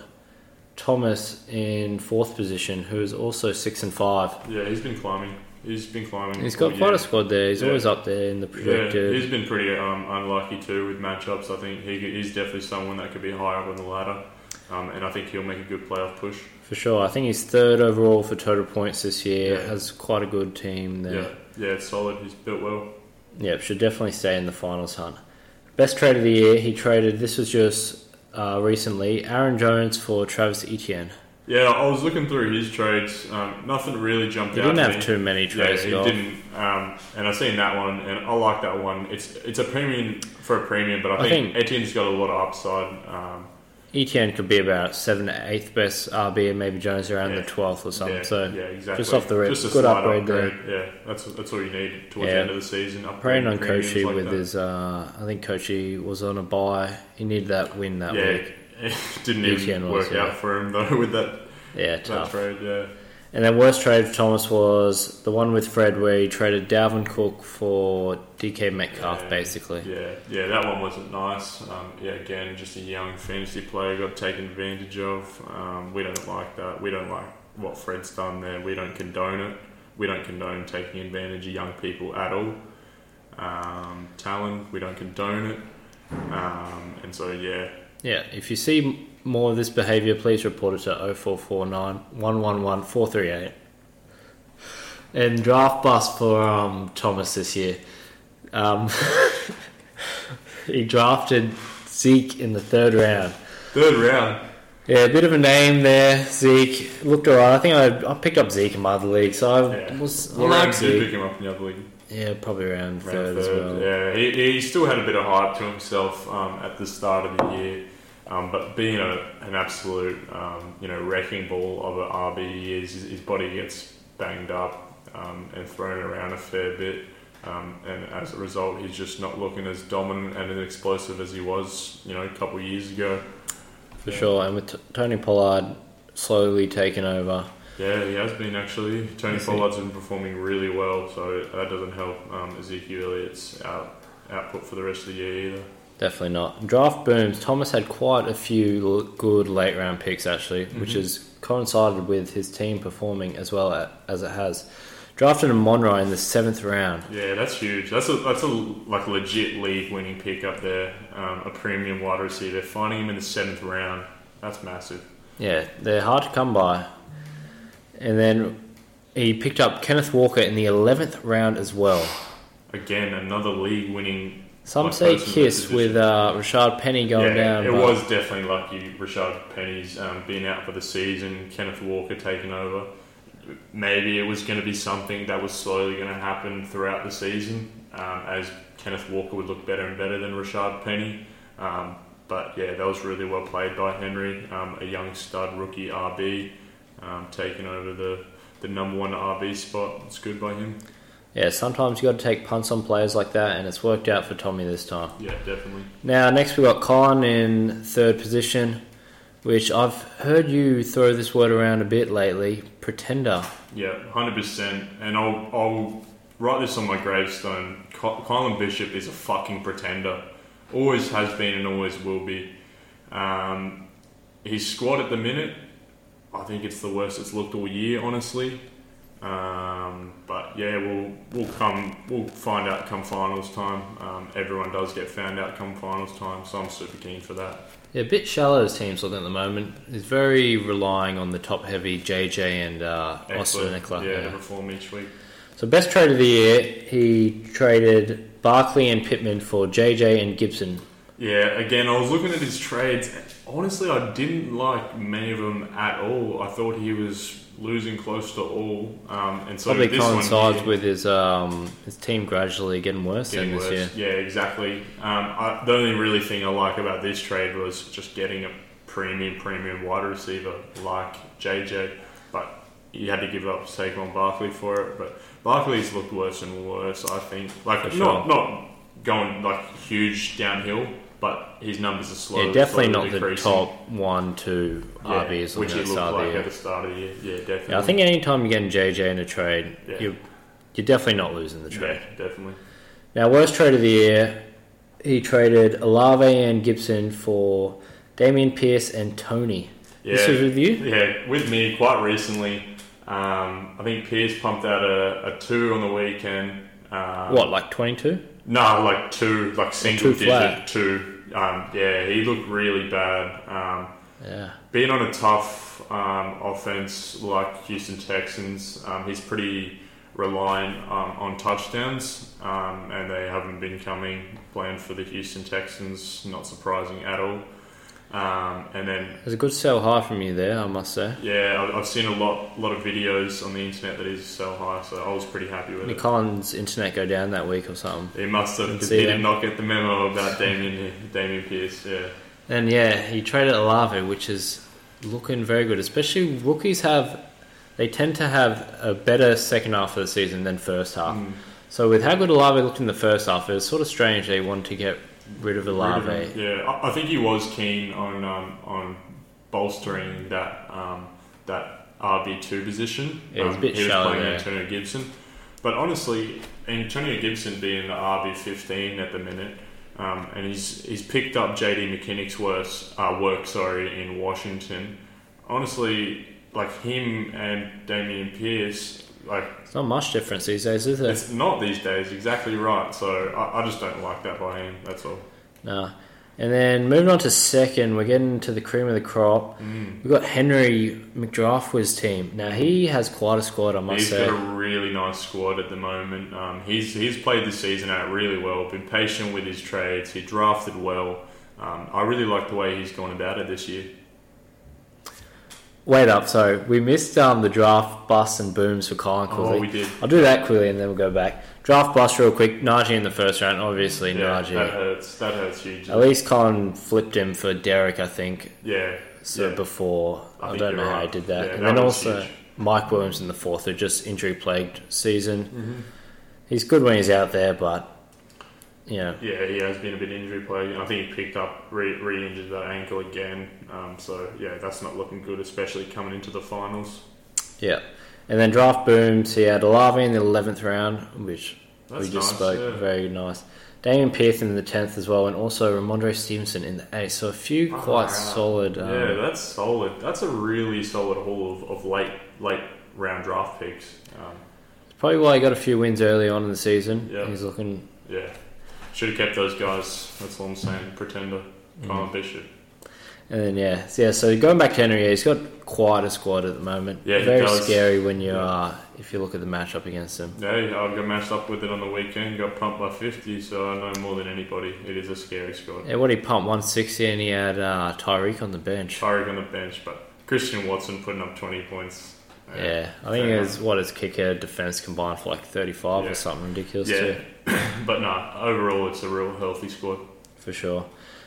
Thomas in fourth position, who is also six and five.
Yeah, he's been climbing. He's been climbing.
He's
all
got quite
year.
a squad there. He's
Oh, Yeah.
always up there in the
Yeah,
projected.
he's been pretty um, unlucky too with matchups. I think he, could- he's definitely someone that could be higher up on the ladder, um, and I think he'll make a good playoff push.
For sure. I think he's third overall for total points this year.
Yeah.
Has quite a good team
Yeah,
there.
yeah, it's solid. He's built well.
Yep, should definitely stay in the finals hunt. Best trade of the year, he traded, this was just uh, recently, Aaron Jones for Travis Etienne.
Yeah, I was looking through his trades. Um, nothing really jumped
He
out.
didn't
to
have
me.
too many
Yeah,
trades
he
at all.
didn't. Um, and I seen that one, and I like that one. It's it's a premium for a premium, but I
I
think,
think-
Etienne's got a lot of upside. Um,
Etienne E could be about 7th to 8th best RB and maybe Jones around
Yeah.
the 12th or something.
yeah,
so
yeah, exactly.
just off the rip,
Just a
good
slight
upgrade there.
Yeah, that's that's all you need towards the
Yeah.
end of the season.
praying
upgrading
on
premiums
Kochi
like
with
that.
his, uh, I think Kochi was on a buy. He needed that win that
yeah,
week.
it didn't
Etienne
even
was,
work
yeah.
out for him though with that,
Yeah,
that
tough.
trade. Yeah,
And then worst trade for Thomas was the one with Fred where he traded Dalvin Cook for DK Metcalf,
Yeah.
basically.
yeah, yeah. That one wasn't nice. Um, yeah, again, just a young fantasy player got taken advantage of. Um, we don't like that. We don't like what Fred's done there. We don't condone it. We don't condone taking advantage of young people at all. Um, Talon, we don't condone it. Um, and so yeah,
Yeah, if you see m- more of this behaviour, please report it to 0449 111 438. And draft bust for um, Thomas this year. Um, he drafted Zeke in the third round.
third round.
Yeah, a bit of a name there, Zeke. Looked alright. I think I, I picked up Zeke in my other league, so I
Yeah.
was. I
What round
like
did you
Zeke.
pick him up in the other league?
Yeah, probably
Round
around third, as
third,
well.
Yeah, he, he still had a bit of hype to himself um, at the start of the year, um, but being a, an absolute um, you know wrecking ball of an RB, he is, his body gets banged up um, and thrown around a fair bit, um, and as a result, he's just not looking as dominant and as explosive as he was you know a couple of years ago.
For
Yeah.
sure. And with T- Tony Pollard slowly taking over.
Yeah, he has been actually. Tony
Yes, he-
Pollard's been performing really well, so that doesn't help um, Ezekiel Elliott's out, output for the rest of the year either.
Definitely not. Draft booms. Thomas had quite a few l- good late round picks, actually,
Mm-hmm.
which has coincided with his team performing as well a- as it has. Drafted a Monroe in the seventh round.
Yeah, that's huge. That's a that's a like legit league winning pick up there. Um, a premium wide receiver. Finding him in the seventh round, that's massive.
Yeah, they're hard to come by. And then he picked up Kenneth Walker in the 11th round as well.
Again, another league winning.
Some
Like
say
person in
kiss
position.
with uh, Rashard Penny going
yeah,
down.
it
but
was definitely lucky. Rashad Penny's um, been out for the season. Kenneth Walker taking over. Maybe it was going to be something that was slowly going to happen throughout the season, um, as Kenneth Walker would look better and better than Rashad Penny. Um, but yeah, that was really well played by Henry, um, a young stud rookie RB, um, taking over the, the number one RB spot. It's good by him.
Yeah, sometimes you got to take punts on players like that, and it's worked out for Tommy this time.
Yeah, definitely.
Now, next we got Khan in third position, which I've heard you throw this word around a bit lately. Pretender.
Yeah, hundred percent. And I'll I'll write this on my gravestone. Ky- Kylan Bishop is a fucking pretender. Always has been and always will be. Um, his squad at the minute, I think it's the worst it's looked all year, honestly. Um, but yeah, we'll we'll come we'll find out come finals time. Um, everyone does get found out come finals time, so I'm super keen for that.
Yeah, a bit shallow as team's looking at the moment. It's very relying on the top heavy JJ and uh, Austin
Excellent.
Eckler.
yeah,
yeah.
to perform each week.
So, best trade of the year, he traded Barkley and Pittman for JJ and Gibson.
Yeah, again, I was looking at his trades. and Honestly, I didn't like many of them at all. I thought he was losing close to all, um, and so
Probably
this one
coincides
here-
with his um, his team gradually getting worse
getting
than this year.
worse. Yeah, exactly. Um, I, the only really thing I like about this trade was just getting a premium, premium wide receiver like JJ, but you had to give up Saquon Barkley for it. But Barkley's looked worse and worse. I think, like
For
not not going like huge downhill, but his numbers are slow.
Yeah, definitely
slowly
not the
decreasing.
top one, two
Yeah,
RBs on
which he
the
looked
start of the
like at
year.
the start of the year. Yeah, definitely.
Yeah, I think anytime you're getting JJ in a trade,
Yeah.
you're, you're definitely not losing the
yeah,
trade.
definitely.
Now, worst trade of the year, he traded Alave and Gibson for Damien Pierce and Tony.
Yeah.
This was with you?
Yeah, with me quite recently. Um, I think Pierce pumped out a, a two on the weekend. Um,
What, like 22?
No, like two, like single
Two flat.
digit two. Um, yeah, he looked really bad. Um,
Yeah.
being on a tough um, offense like Houston Texans, um, he's pretty reliant um, on touchdowns, um, and they haven't been coming. Playing for the Houston Texans, not surprising at all. Um, and then,
It was a good sell high from you there, I must say.
yeah, I- I've seen a lot, lot of videos on the internet that he's so high, so I was pretty happy with
Nick
it.
Collins' internet go down that week or something.
He must have, because
see
he
that.
did not get the memo about Damien, Damien Pierce. Yeah,
And yeah, he traded Alave, which is looking very good. Especially rookies have, they tend to have a better second half of the season than first half.
Mm.
So with how good Alave looked in the first half, it was sort of strange they wanted to get rid of Alave.
Yeah, I, I think he was keen on um, on bolstering that um, that RB two position.
Yeah, he's a
Um,
bit
he was
shallow
playing
there.
Antonio Gibson, but honestly, Antonio Gibson being the RB fifteen at the minute, um, and he's he's picked up JD McKinnick's worse, uh, work. Sorry, in Washington. Honestly, like him and Damian Pierce, like
It's not much difference these days, is there?
it's not these days. Exactly right. So I, I just don't like that by him. That's all.
No. And then moving on to second, we're getting to the cream of the crop.
Mm.
We've got Henry McDraftwood's team. Now, he has quite a squad, I must
He's
say.
got a really nice squad at the moment. Um, he's he's played this season out really well. Been patient with his trades. He drafted well. Um, I really like the way he's gone about it this year.
Wait up, so we missed um, the draft busts and booms for Colin Cooley.
Oh, we did.
I'll do that quickly and then we'll go back. Draft bust real quick. Najee in the first round, obviously
Yeah, that
Najee.
hurts. That hurts hugely.
At least Colin flipped him for Derek, I think.
yeah.
So
yeah.
before
I
I,
think
don't
you're
know how
right.
he did that.
Yeah,
and
that
then
was
also
huge.
Mike Williams in the fourth, who just injury plagued season.
Mm-hmm.
He's good when he's out there, but you know,
Yeah, he has been a bit injury plagued. I think he picked up re- re-injured that ankle again. Um, so yeah, that's not looking good, especially coming into the finals.
yeah. And then draft booms. He had Olave in the eleventh round, which
That's
we just
nice,
spoke
yeah.
very nice. Damien Pearson in the tenth as well, and also Ramondre Stevenson in the eighth. So a few
Ah,
quite solid. Um,
yeah, that's solid. That's a really solid haul of, of late late round draft picks. Um,
Probably why he got a few wins early on in the season.
Yeah.
He's looking.
Yeah. Should have kept those guys. That's all I'm saying. Pretender.
Mm-hmm.
Colin Bishop.
And then yeah, so, yeah. So going back to Henry, yeah, he's got quite a squad at the moment.
Yeah, he
very
does.
scary when you
Yeah.
are if you look at the matchup against him.
Yeah, I got matched up with it on the weekend. Got pumped by 50, so I know more than anybody. It is a scary squad.
Yeah, what he pumped 160 and he had uh, Tyreek on the bench.
Tyreek on the bench, but Christian Watson putting up 20 points.
Yeah, I think
Fair
it was what his kicker defense combined for like 35
Yeah.
or something ridiculous
Yeah.
too,
Uh, but no, overall, it's a real healthy squad.
for sure.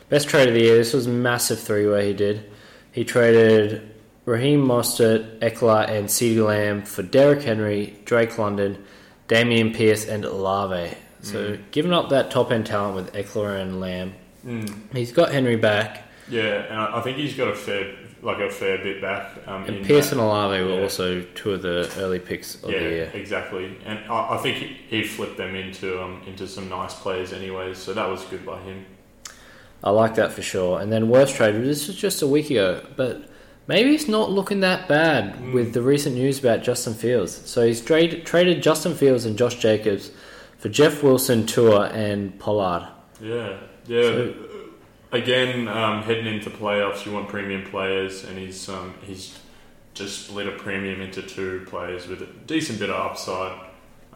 Best trade of the year. This was a massive three way he did. He traded Raheem Mostert, Ekla, and CeeDee Lamb for Derrick Henry, Drake London, Damian Pierce, and Olave.
Hmm.
So giving up that top end talent with Ekla and Lamb,
Hmm.
he's got Henry back,
Yeah, and I I think he's got a fair, like a fair bit back. Um,
and
in
Pierce
that-
and Olave were
Yeah.
also two of the early picks of
yeah,
the year.
exactly. And I, I think he, he flipped them into um, into some nice players, anyways. So that was good by him.
I like that for sure. And then worst trade, this was just a week ago, but maybe it's not looking that bad with the recent news about Justin Fields. So he's trade, traded Justin Fields and Josh Jacobs for Jeff Wilson, Tua, and Pollard.
Yeah, yeah. Again, um, heading into playoffs, you want premium players, and he's um, he's just split a premium into two players with a decent bit of upside.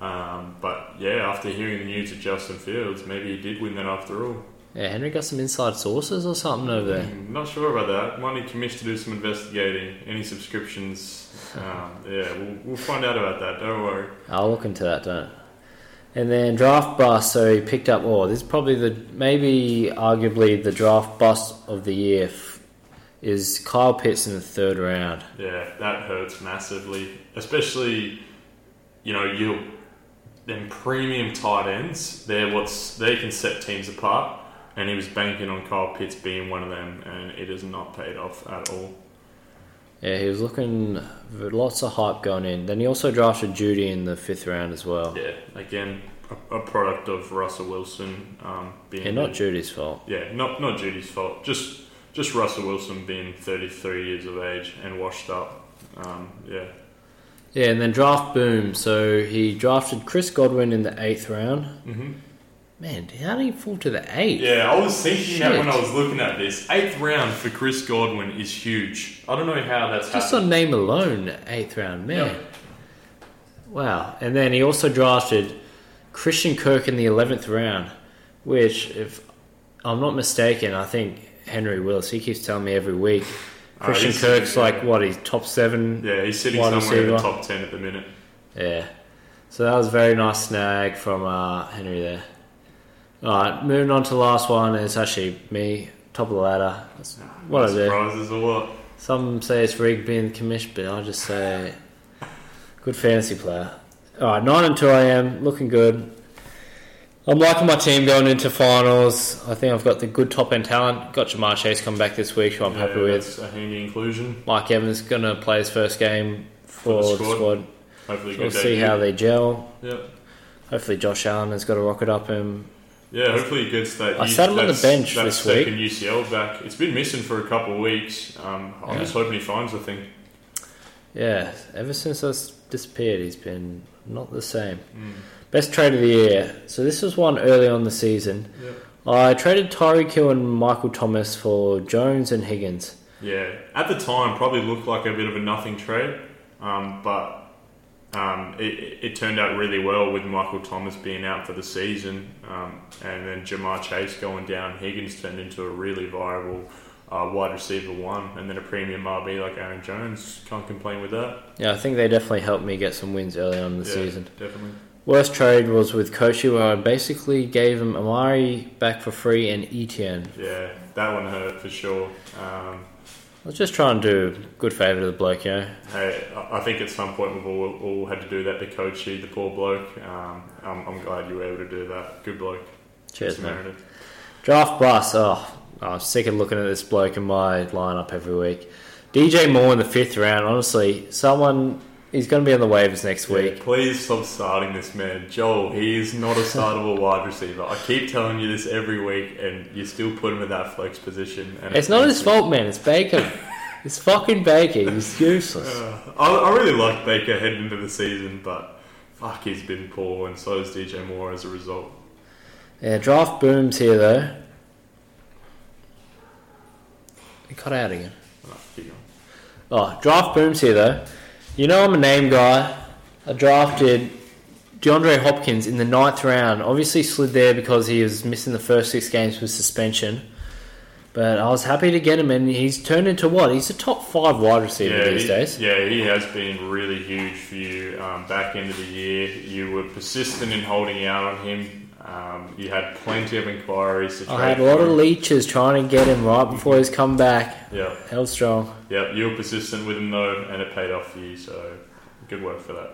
Um, but yeah, after hearing the news of Justin Fields, maybe he did win that after all.
Yeah, Henry got some inside sources or something over there.
Mm, Not sure about that. Might need commish to do some investigating. Any subscriptions? Um, yeah, we'll, we'll find out about that. Don't worry.
I'll look into that, don't. I? And then draft bust. So he picked up. Oh, this is probably the maybe arguably the draft bust of the year f- is Kyle Pitts in the third round.
Yeah, that hurts massively. Especially, you know, you them premium tight ends. They're what's they can set teams apart. And he was banking on Kyle Pitts being one of them, and it has not paid off at all.
Yeah, he was looking for lots of hype going in. Then he also drafted Judy in the fifth round as well.
Yeah, again, a, a product of Russell Wilson um, being
Yeah, not Judy's fault.
yeah, not not Judy's fault. Just just Russell Wilson being 33 years of age and washed up. Um, yeah,
Yeah, and then draft boom. So he drafted Chris Godwin in the eighth round.
mm-hmm.
Man, how did he fall to the eighth?
yeah. I was thinking that when
Shit.
I was looking at this. Eighth round for Chris Godwin is huge. I don't know how that's
Just
happened.
on name alone, eighth round, man.
Yeah.
Wow. And then he also drafted Christian Kirk in the 11th round, which, if I'm not mistaken, I think Henry Willis, he keeps telling me every week.
Oh,
Christian
he's-
Kirk's like, what, he's top seven?
yeah, he's sitting
Wide
somewhere in the
receiver.
top 10 at the minute.
Yeah. So that was a very nice snag from uh, Henry there. All right, moving on to the last one. It's actually me, top of the ladder. That's what I do.
Surprises a lot.
Some say it's rigged being commissioned, but I just say good fantasy player. All right, nine and two a.m. Looking good. I'm liking my team going into finals. I think I've got the good top end talent. Got Jamar Chase coming back this week, who I'm happy
Yeah,
with.
that's a handy inclusion.
Mike Evans gonna play his first game for,
the
the
squad.
squad.
Hopefully,
We'll
good
see
debut.
how they gel.
Yep.
Hopefully, Josh Allen has got a rocket up him.
Yeah, hopefully he gets that.
I sat him on the
that's-
bench
that
this
second UCL back. It's been missing for a couple of weeks. Um, I'm
Yeah.
just hoping he finds the thing.
Yeah, ever since I disappeared, he's been not the same. Best trade of the year. So this was one early on the season.
Yep.
I traded Tyreek Hill and Michael Thomas for Jones and Higgins.
Yeah, at the time, probably looked like a bit of a nothing trade, um, but um, it, it turned out really well with Michael Thomas being out for the season, um, and then Jamar Chase going down. Higgins turned into a really viable uh, wide receiver one, and then a premium RB like Aaron Jones. Can't complain with that.
Yeah, I think they definitely helped me get some wins early on in the
yeah,
season.
definitely.
Worst trade was with Koshi, where I basically gave him Amari back for free and Etienne.
Yeah, that one hurt for sure. Um,
I was just trying to do a good favour to the bloke, you know.
Hey, I I think at some point we've all, all had to do that to coach you, the poor bloke. Um, I'm, I'm glad you were able to do that. Good bloke.
Cheers,
It's
mate.
merited.
Draft bus. Oh, I'm sick of looking at this bloke in my lineup every week. DJ Moore in the fifth round. Honestly, someone he's going to be on the waivers next
Yeah,
week.
please stop starting this man. Joel, he is not a startable wide receiver. I keep telling you this every week, and you still put him in that flex position. And
It's not his fault, man. It's Baker. it's fucking Baker. He's useless.
Uh, I, I really liked Baker heading into the season, but fuck, he's been poor, and so is DJ Moore as a result.
Yeah, draft booms here though. It cut out again.
Uh, you know.
Oh, draft booms here though. You know I'm a name guy. I drafted DeAndre Hopkins in the ninth round. Obviously slid there because he was missing the first six games with suspension. But I was happy to get him, and he's turned into what? He's a top five wide receiver these
he,
days.
Yeah, he has been really huge for you um, back into the year. You were persistent in holding out on him. Um, you had plenty of inquiries. To
I had a
trade
lot
for
of
him.
leeches trying to get him right before he's come back.
Yeah,
Held strong.
yeah. You were persistent with him though, and it paid off for you. So good work for that.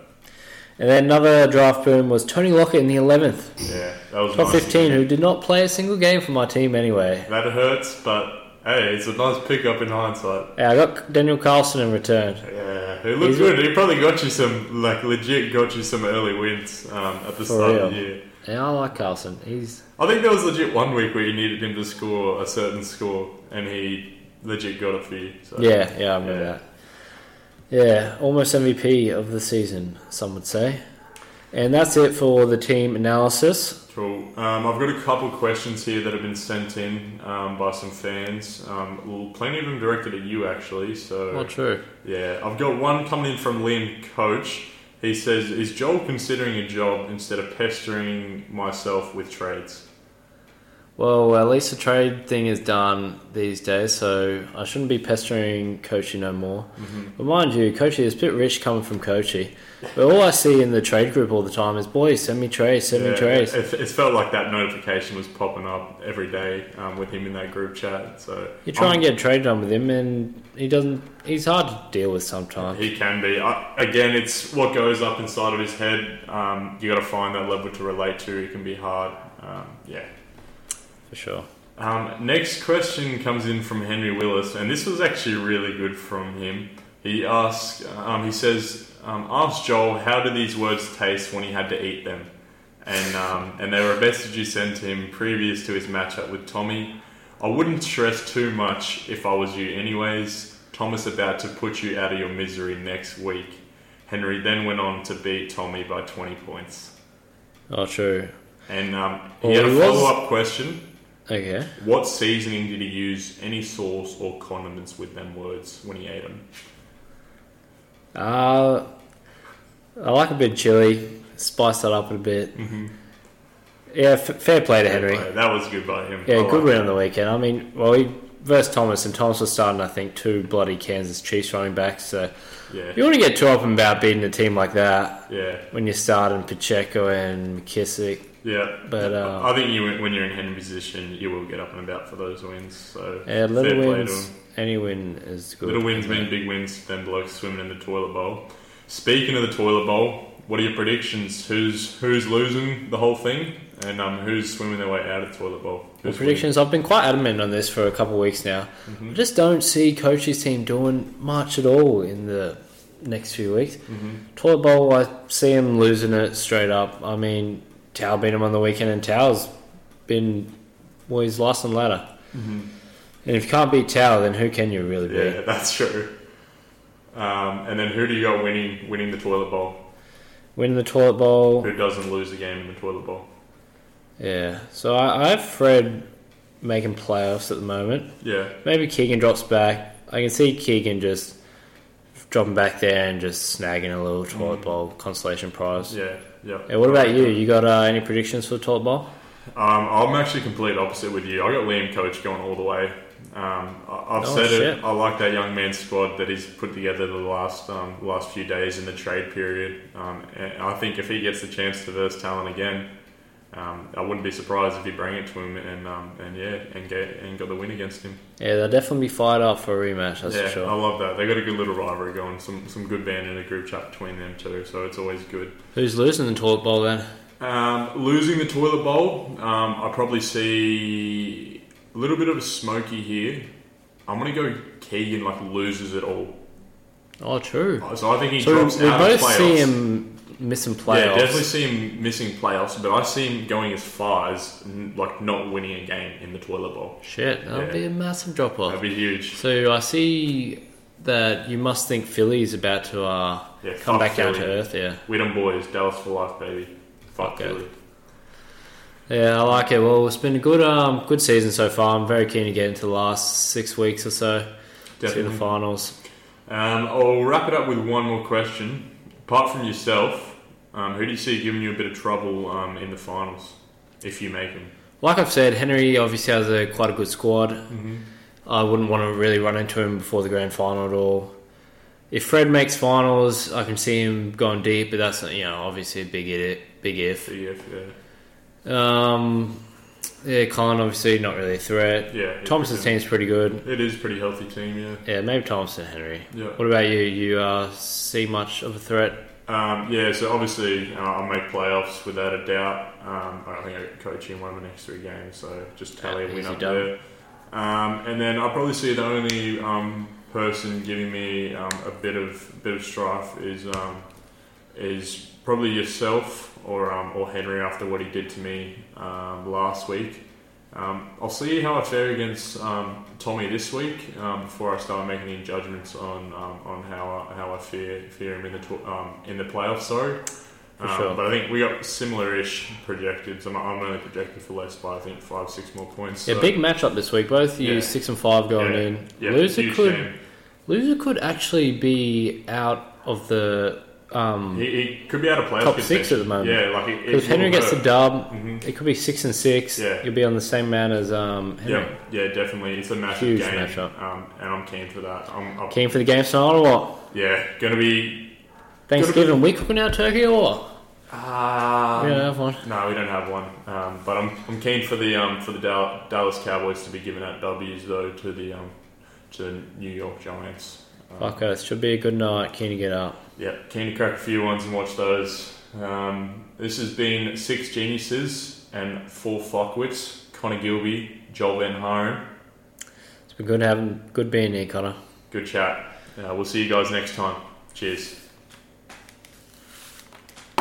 And then another draft boom was Tony Lockett in the 11th,
Yeah, that was
top
nice.
15, who did not play a single game for my team anyway.
That hurts, but hey, it's a nice pickup in hindsight.
Yeah, Uh, I got Daniel Carlson in return.
Yeah, he looked
He's-
good. He probably got you some, like, legit got you some early wins um, at the start of
real.
the year.
Yeah, I like Carlson. He's
I think there was legit one week where you needed him to score a certain score, and he legit got it for you. So.
yeah, yeah, I remember
Yeah.
that. Yeah, almost MVP of the season, some would say. And that's it for the team analysis.
Cool. Um, I've got a couple questions here that have been sent in um, by some fans. Um, well, plenty of them directed at you, actually. So
true.
yeah, I've got one coming in from Liam Coach. He says, "Is Joel considering a job instead of pestering myself with trades?"
Well, at least the trade thing is done these days, so I shouldn't be pestering Kochi no more. But mind you, Kochi is a bit rich coming from Kochi. But all I see in the trade group all the time is, boys, send me trades, send me
Yeah,
trades.
It, it felt like that notification was popping up every day um, with him in that group chat. So
You try
I'm-
and get a trade done with him, and he doesn't. He's hard to deal with sometimes.
He can be. I, again, it's what goes up inside of his head. Um, you got to find that level to relate to. It can be hard. Um, yeah.
For sure.
Um, next question comes in from Henry Willis, and this was actually really good from him. He asks, um, he says, um, ask Joel, how do these words taste when he had to eat them? and um, and they were a message you sent him previous to his matchup with Tommy. I wouldn't stress too much if I was you, anyways. Thomas about to put you out of your misery next week. Henry then went on to beat Tommy by 20 points.
Oh, true.
And um, he
Well,
had a
Oh, he was-
follow up question.
Okay.
What seasoning did he use? Any sauce or condiments with them words when he ate them?
Uh, I like a bit of chili. Spice that up a bit.
Mhm.
Yeah, f- fair play to Henry.
That was good by him. Oh,
Yeah,
I
good
like
win on the weekend. I mean, well, he versus Thomas, and Thomas was starting, I think, two bloody Kansas Chiefs running backs. So
it.
you want to get too up about beating a team like that
Yeah, yeah,
when you're starting Pacheco and McKissick.
yeah.
But uh,
I think you, when you're in Henry's position, you will get up and about for those wins. So
yeah,
fair
little
play to
wins,
him.
any win is good.
Little wins mean big wins. Then blokes swimming in the toilet bowl. Speaking of the toilet bowl, what are your predictions? Who's who's losing the whole thing, and um, who's swimming their way out of the toilet bowl?
Well,
Who's winning?
predictions. I've been quite adamant on this for a couple of weeks now. I just don't see Coach's team doing much at all in the next few weeks. Toilet bowl, I see him losing it straight up. I mean, Tao beat him on the weekend, and Tao's been well, he's lost on ladder. And if you can't beat Tao, then who can you really beat?
Yeah, that's true. Um, and then who do you got winning winning the toilet bowl?
Win the toilet bowl.
Who doesn't lose a game in the toilet bowl?
Yeah. So I, I have Fred making playoffs at the moment.
Yeah,
Maybe Keegan drops back. I can see Keegan just dropping back there and just snagging a little
Mm.
toilet bowl consolation prize. Yeah.
yeah, yeah.
what about you? You got uh, any predictions for the toilet bowl?
Um, I'm actually complete opposite with you. I got Liam Coach going all the way. Um, I, I've
Oh,
said
shit.
it. I like that young man's squad that he's put together the last um, last few days in the trade period. Um, and I think if he gets the chance to verse talent again, um, I wouldn't be surprised if he bring it to him and um, and yeah and get and got the win against him.
Yeah, they'll definitely be fired up for a rematch. That's
yeah,
for sure.
I love that. They got a good little rivalry going. Some some good band in a group chat between them too. So it's always good.
Who's losing the toilet bowl then?
Um, losing the toilet bowl, um, I probably see a little bit of a smoky here. I'm gonna go Keegan like loses it all.
Oh, true.
So I think he
So
drops
we
out of
both
the playoffs.
see him missing
Yeah,
playoffs.
definitely see him missing playoffs, but I see him going as far as n- like not winning a game in the toilet bowl.
Shit, that'll
Yeah.
be a massive drop
That'd
off.
be huge.
So I see that you must think Philly's about to uh,
Yeah,
come
fuck
back down to
Philly.
earth. Yeah.
We them boys, Dallas for life, baby. Fuck
Fuck it.
Philly.
Yeah, I like it. Well, it's been a good um, good season so far. I'm very keen to get into the last six weeks or so. See the
Definitely.
finals.
Um, I'll wrap it up with one more question. Apart from yourself, um, who do you see giving you a bit of trouble um, in the finals if you make them?
Like I've said, Henry obviously has a quite a good squad.
Mm-hmm.
I wouldn't want to really run into him before the grand final at all. If Fred makes finals, I can see him going deep, but that's you know obviously a big it big if.
Yeah,
Um, yeah, Colin obviously not really a
yeah,
threat.
yeah.
Thompson's team's pretty good.
It is a pretty healthy team, yeah.
Yeah, maybe Thompson Henry.
Yeah.
What about you? You uh, see much of a threat?
Um, yeah, so obviously uh, I'll make playoffs without a doubt. Um, I think I got coaching one of the next three games, so just tally
Yeah,
a win
easy
up
done.
there. Um, and then I'll probably see the only um, person giving me um, a bit of bit of strife is um, is probably yourself or um, or Henry after what he did to me um, last week. Um, I'll see how I fare against um, Tommy this week um, before I start making any judgments on um, on how I, how I fear fear him in the tw- um, in the playoffs. Sorry,
For
um,
sure.
but I think we got similar-ish projected. So I'm, I'm only projected for less by I think five six more points.
Yeah,
so,
big matchup this week. Both you
Yeah.
six and five going
Yeah.
in.
Yeah,
loser
huge
could
game.
loser could actually be out of the um
He, he could be out of playoff
Top six
contention.
at the moment.
Yeah, like it, it
because Henry
will
gets the
hurt.
dub.
Mhm.
It could be six and six.
Yeah.
You'll be on the same amount as um. Henry.
Yeah, yeah, definitely. It's a massive
Huge
game,
matchup.
Um, and I'm keen for that. I'm, I'm
Keen for the game tonight or what?
yeah, gonna be.
Thanksgiving. We cooking our turkey or what?
Uh,
we don't have one.
No, we don't have one. Um, but I'm, I'm keen for the um, for the Dal- Dallas Cowboys to be giving out W's though to the um, to the New York Giants. Um,
Fuck us. Should be a good night. Keen to get up.
Yeah, keen to crack a few ones and watch those. Um, this has been six geniuses and four fuckwits: Connor Gilby, Joel Van Haren.
It's been good having good being here, Connor.
Good chat. Uh, we'll see you guys next time. Cheers.